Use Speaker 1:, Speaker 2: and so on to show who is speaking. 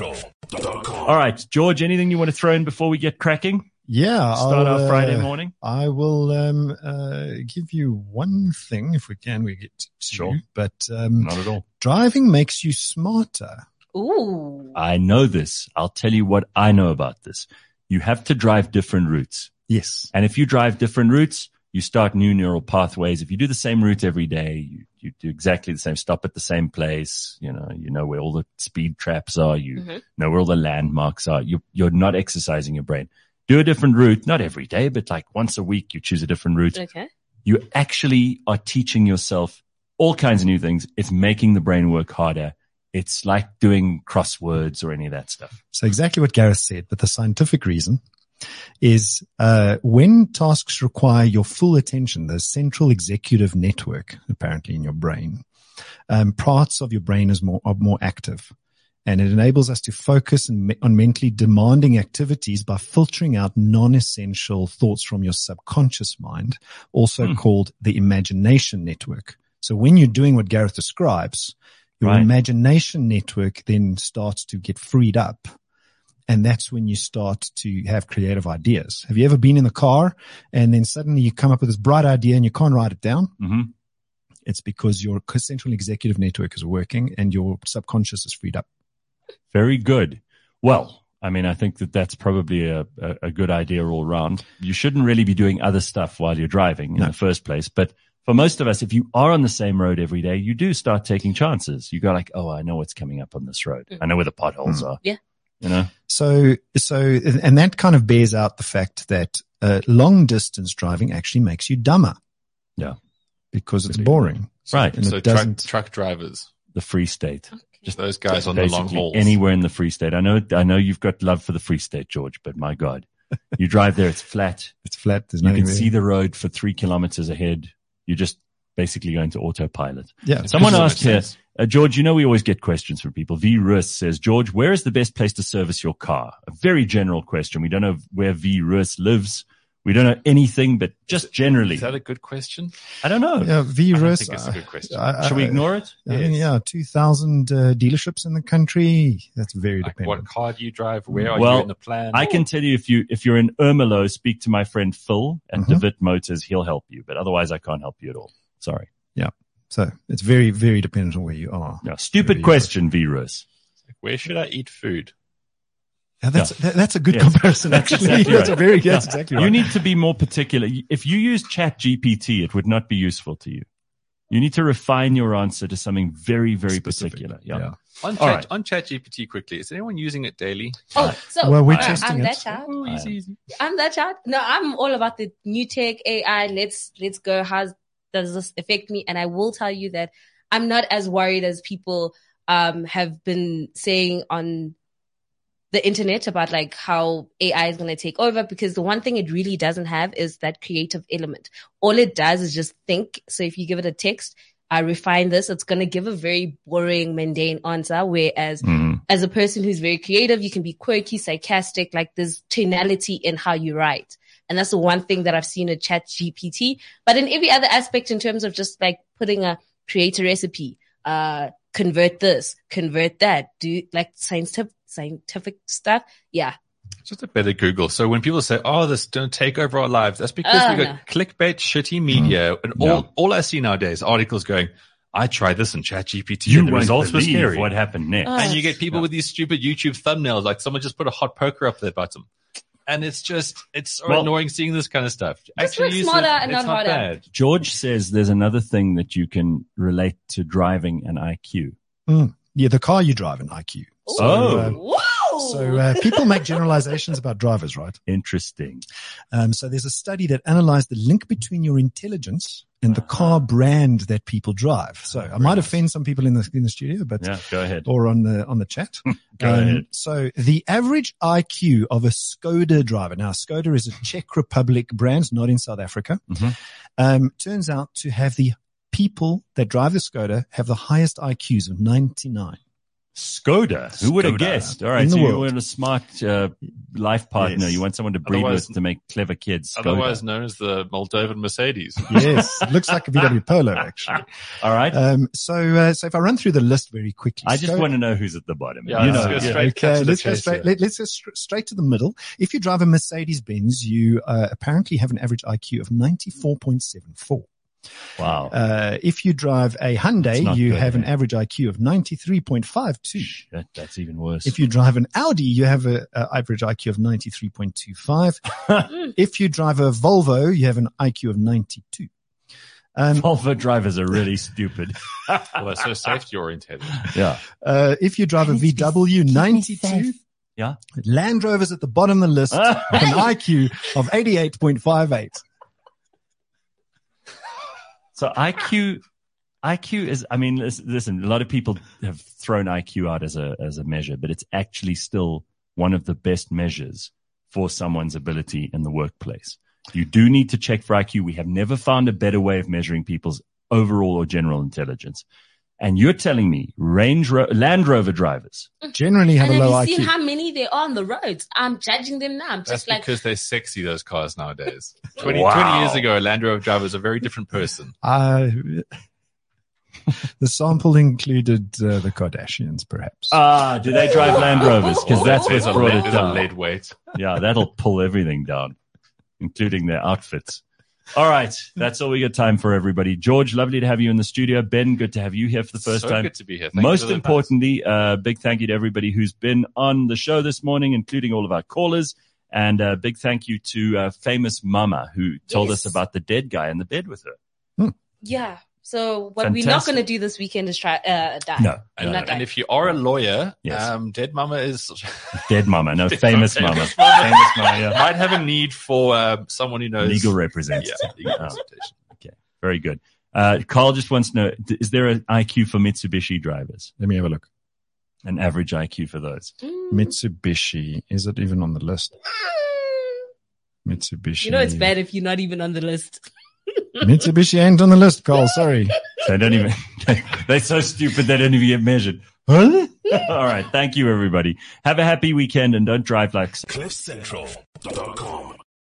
Speaker 1: CliffCentral.com.
Speaker 2: All right, George, anything you want to throw in before we get cracking?
Speaker 3: Yeah.
Speaker 2: Start
Speaker 3: I'll,
Speaker 2: our Friday
Speaker 3: uh,
Speaker 2: morning.
Speaker 3: I will um, uh, give you one thing if we can. We get to,
Speaker 2: Sure.
Speaker 3: but um,
Speaker 2: Not at all.
Speaker 3: driving makes you smarter.
Speaker 4: Ooh.
Speaker 2: I know this. I'll tell you what I know about this. You have to drive different routes.
Speaker 3: Yes.
Speaker 2: And if you drive different routes, you start new neural pathways. If you do the same route every day, you, you do exactly the same, stop at the same place. You know, you know where all the speed traps are. You
Speaker 4: Mhm.
Speaker 2: know where all the landmarks are. You, you're not exercising your brain. Do a different route, not every day, but like once a week, you choose a different route.
Speaker 4: Okay.
Speaker 2: You actually are teaching yourself all kinds of new things. It's making the brain work harder. It's like doing crosswords or any of that stuff.
Speaker 3: So exactly what Gareth said, but the scientific reason is uh, when tasks require your full attention, the central executive network, apparently in your brain, um, parts of your brain is more are more active, and it enables us to focus and me- on mentally demanding activities by filtering out non-essential thoughts from your subconscious mind, also
Speaker 2: Hmm.
Speaker 3: called the imagination network. So when you're doing what Gareth describes, your
Speaker 2: Right.
Speaker 3: imagination network then starts to get freed up. And that's when you start to have creative ideas. Have you ever been in the car and then suddenly you come up with this bright idea and you can't write it down?
Speaker 2: hmm
Speaker 3: It's because your central executive network is working and your subconscious is freed up.
Speaker 2: Very good. Well, I mean, I think that that's probably a, a, a good idea all round. You shouldn't really be doing other stuff while you're driving in
Speaker 3: No.
Speaker 2: the first place. But for most of us, if you are on the same road every day, you do start taking chances. You go like, Oh, I know what's coming up on this road.
Speaker 4: Mm.
Speaker 2: I know where the potholes are.
Speaker 4: Yeah.
Speaker 2: You know,
Speaker 3: So, so, and that kind of bears out the fact that uh, long distance driving actually makes you dumber.
Speaker 2: Yeah.
Speaker 3: Because it's
Speaker 2: Really.
Speaker 3: boring.
Speaker 2: right.
Speaker 3: And
Speaker 5: so
Speaker 3: it
Speaker 5: truck,
Speaker 3: doesn't-
Speaker 5: truck drivers,
Speaker 2: The free state.
Speaker 4: Okay.
Speaker 2: Just
Speaker 5: those guys on the long
Speaker 2: Basically
Speaker 5: hauls.
Speaker 2: Anywhere in the free state. I know, I know you've got love for the free state, George, but my God, you drive there. It's flat.
Speaker 3: It's flat. There's
Speaker 2: You
Speaker 3: nothing
Speaker 2: can
Speaker 3: there.
Speaker 2: see the road for three kilometers ahead. You're just basically going to autopilot.
Speaker 3: yeah.
Speaker 2: Someone
Speaker 5: Doesn't
Speaker 2: asked
Speaker 5: make
Speaker 2: here,
Speaker 5: sense.
Speaker 2: uh, George, you know, we always get questions from people. V Ruiz says, George, where is the best place to service your car? A very general question. We don't know where V Ruiz lives. We don't know anything, but just generally,
Speaker 5: Is that a good question?
Speaker 2: I don't know.
Speaker 3: Yeah.
Speaker 5: I don't
Speaker 3: Virus.
Speaker 5: think it's a good question.
Speaker 3: I-
Speaker 2: Should we
Speaker 3: I-
Speaker 2: ignore it?
Speaker 3: I mean, yeah, 2,000 uh, dealerships in the country. That's very
Speaker 5: Like,
Speaker 3: dependent.
Speaker 5: what car do you drive? Where are
Speaker 2: Well,
Speaker 5: you in the plan?
Speaker 2: I can tell you if you, if you're in Ermelo, speak to my friend Phil at
Speaker 3: Mhm.
Speaker 2: DeWitt Motors. He'll help you, but otherwise I can't help you at all. Sorry.
Speaker 3: So it's very, very dependent on where you are.
Speaker 2: No, stupid
Speaker 3: Yeah.
Speaker 2: question, V Ruiz.
Speaker 5: Where should I eat food?
Speaker 3: Now, that's, that, that's a good
Speaker 2: Yes.
Speaker 3: comparison,
Speaker 2: That's
Speaker 3: actually.
Speaker 2: exactly
Speaker 3: that's
Speaker 2: right.
Speaker 3: a very, that's
Speaker 2: Yeah.
Speaker 3: exactly right.
Speaker 2: You need to be more particular. If you use chat GPT, it would not be useful to you. You need to refine your answer to something very, very
Speaker 3: Specific.
Speaker 2: particular. Yeah.
Speaker 5: On
Speaker 2: All
Speaker 5: chat,
Speaker 2: right.
Speaker 5: on ChatGPT quickly. Is anyone using it daily?
Speaker 4: Oh, so
Speaker 3: Well, we're
Speaker 4: I-
Speaker 3: testing
Speaker 4: I'm
Speaker 3: it.
Speaker 4: that child.
Speaker 5: Oh,
Speaker 2: I
Speaker 5: easy,
Speaker 2: am.
Speaker 5: easy.
Speaker 4: I'm that child. No, I'm all about the new tech AI. Let's let's go. How does this affect me? And I will tell you that I'm not as worried as people um have been saying on the internet about like how AI is going to take over because the one thing it really doesn't have is that creative element. All it does is just think. So if you give it a text, I refine this, it's going to give a very boring, mundane answer. Whereas
Speaker 2: Mm.
Speaker 4: as a person who's very creative, you can be quirky, sarcastic, like there's tonality in how you write. And that's the one thing that I've seen at chat GPT. But in every other aspect, in terms of just like putting a create a recipe, uh, convert this, convert that, do like scientific, scientific stuff. Yeah.
Speaker 5: Just a better Google. So when people say, "Oh, this don't take over our lives," that's because
Speaker 4: Oh,
Speaker 5: we got clickbait, shitty media,
Speaker 2: Mm.
Speaker 5: and all all I see nowadays articles going, "I tried this on ChatGPT,
Speaker 2: You
Speaker 5: and the
Speaker 2: won't
Speaker 5: results were
Speaker 2: believe
Speaker 5: scary."
Speaker 2: what happened next.
Speaker 4: Uh,
Speaker 5: and you get people with these stupid YouTube thumbnails, like someone just put a hot poker up their bottom, and it's just it's so
Speaker 2: Well-
Speaker 5: annoying seeing this kind of stuff.
Speaker 4: work
Speaker 5: use
Speaker 4: smarter and
Speaker 5: it's
Speaker 4: not harder.
Speaker 5: Bad.
Speaker 2: George says there's another thing that you can relate to driving and IQ.
Speaker 3: yeah, the car you drive in IQ. So,
Speaker 2: Oh.
Speaker 3: uh,
Speaker 4: Whoa.
Speaker 3: so uh, people make generalizations about drivers, right?
Speaker 2: Interesting.
Speaker 3: Um, so there's a study that analyzed the link between your intelligence and
Speaker 2: Ah.
Speaker 3: the car brand that people drive. So I might offend some people in the, in the studio, but
Speaker 2: Yeah, go ahead.
Speaker 3: or on the on the chat.
Speaker 2: Go ahead.
Speaker 3: Um, So the average IQ of a Skoda driver now Skoda is a Czech Republic brand, not in South Africa.
Speaker 2: Mhm.
Speaker 3: Um, turns out to have the people that drive the Skoda have the highest IQs of ninety nine.
Speaker 2: Skoda. Who would have
Speaker 3: Skoda.
Speaker 2: guessed? All right,
Speaker 3: the
Speaker 2: so you
Speaker 3: world.
Speaker 2: want a smart uh, life partner.
Speaker 3: Yes.
Speaker 2: You want someone to breed
Speaker 5: Otherwise-
Speaker 2: with to make clever kids. Skoda.
Speaker 5: Otherwise known as the Moldovan Mercedes.
Speaker 3: yes, it looks like a VW Polo actually.
Speaker 2: all right.
Speaker 3: Um, so, uh, so if I run through the list very quickly,
Speaker 2: I just
Speaker 3: Skoda-
Speaker 2: want to know who's at the bottom.
Speaker 5: Yeah,
Speaker 2: you
Speaker 5: let's
Speaker 2: know,
Speaker 5: go
Speaker 2: yeah.
Speaker 5: straight cut to the
Speaker 3: let's go
Speaker 5: chase
Speaker 3: straight.
Speaker 5: here.
Speaker 3: Let, us go str- straight to the middle. If you drive a Mercedes Benz, you uh, apparently have an average IQ of ninety four point seven four.
Speaker 2: Wow.
Speaker 3: Uh, if you drive a
Speaker 2: That's
Speaker 3: Hyundai,
Speaker 2: not
Speaker 3: you
Speaker 2: good,
Speaker 3: have an
Speaker 2: yeah.
Speaker 3: average IQ of ninety three point five two.
Speaker 2: Shit, that's even worse.
Speaker 3: If you drive an Audi, you have an average IQ of 93.25. if you drive a Volvo, you have an IQ of 92. Um,
Speaker 2: Volvo drivers are really stupid.
Speaker 5: Well, they're so safety orientated.
Speaker 2: Yeah.
Speaker 3: uh, if you drive a
Speaker 2: Please be-
Speaker 3: VW, 92.
Speaker 2: safe. Yeah.
Speaker 3: Land Rover's at the bottom of the list
Speaker 2: Ah!
Speaker 3: with an IQ of 88.58.
Speaker 2: So IQ, IQ is. I mean, lis- listen. A lot of people have thrown IQ out as a as a measure, but it's actually still one of the best measures for someone's ability in the workplace. You do need to check for IQ. We have never found a better way of measuring people's overall or general intelligence. And you're telling me Range Ro- Land Rover drivers?
Speaker 3: Generally have
Speaker 4: and
Speaker 3: a
Speaker 4: have
Speaker 3: low
Speaker 4: you seen
Speaker 3: IQ.
Speaker 4: how many there are on the roads? I'm judging them now. I'm
Speaker 5: That's
Speaker 4: just like,
Speaker 5: because they're sexy, those cars nowadays. 20,
Speaker 2: Wow.
Speaker 5: 20 years ago, a Land Rover driver was a very different person.
Speaker 3: Uh, the sample included uh, the Kardashians, perhaps.
Speaker 2: Ah, do they drive Land Rovers? Because that's
Speaker 5: There's
Speaker 2: what's
Speaker 5: a,
Speaker 2: brought
Speaker 5: lead,
Speaker 2: it
Speaker 5: there's a
Speaker 2: down.
Speaker 5: lead weight.
Speaker 2: yeah, that'll pull everything down, including their outfits. All right, that's all we got time for, everybody. George, lovely to have you in the studio. Ben, good to have you here for the first
Speaker 5: so
Speaker 2: time.
Speaker 5: good to be here. Thank you for
Speaker 2: Most
Speaker 5: the
Speaker 2: importantly, uh, big thank you to everybody who's been on the show this morning, including all of our callers. And a big thank you to uh, famous Mama who told
Speaker 4: Yes.
Speaker 2: us about the dead guy in the bed with her.
Speaker 4: yeah. So what we're not
Speaker 2: Fantastic.
Speaker 4: going to do this weekend is try uh, die.
Speaker 2: No,
Speaker 5: And,
Speaker 4: Not
Speaker 5: and
Speaker 4: that.
Speaker 5: if you are a lawyer,
Speaker 2: Yes.
Speaker 5: um, Dead Mama is
Speaker 2: dead Mama, no, famous Mama,
Speaker 5: Famous
Speaker 2: famous Mama, yeah.
Speaker 5: might have a need for um, someone who knows
Speaker 2: legal
Speaker 5: Yeah,
Speaker 2: representative.
Speaker 5: legal
Speaker 2: Oh.
Speaker 5: representation.
Speaker 2: Very good. Uh, Carl just wants to know: d- Is there an IQ for Mitsubishi drivers?
Speaker 3: Let me have a look.
Speaker 2: An average IQ for those?
Speaker 4: Mm.
Speaker 3: Mitsubishi. Is it even on the list? Mitsubishi.
Speaker 4: You know it's bad if you're not even on the list.
Speaker 3: Mitsubishi ain't on the list, Carl. Sorry.
Speaker 2: They don't even. They're so stupid they don't even get measured. Huh? All right. Thank you, everybody. Have a happy weekend and don't drive like.
Speaker 1: CliffCentral.com.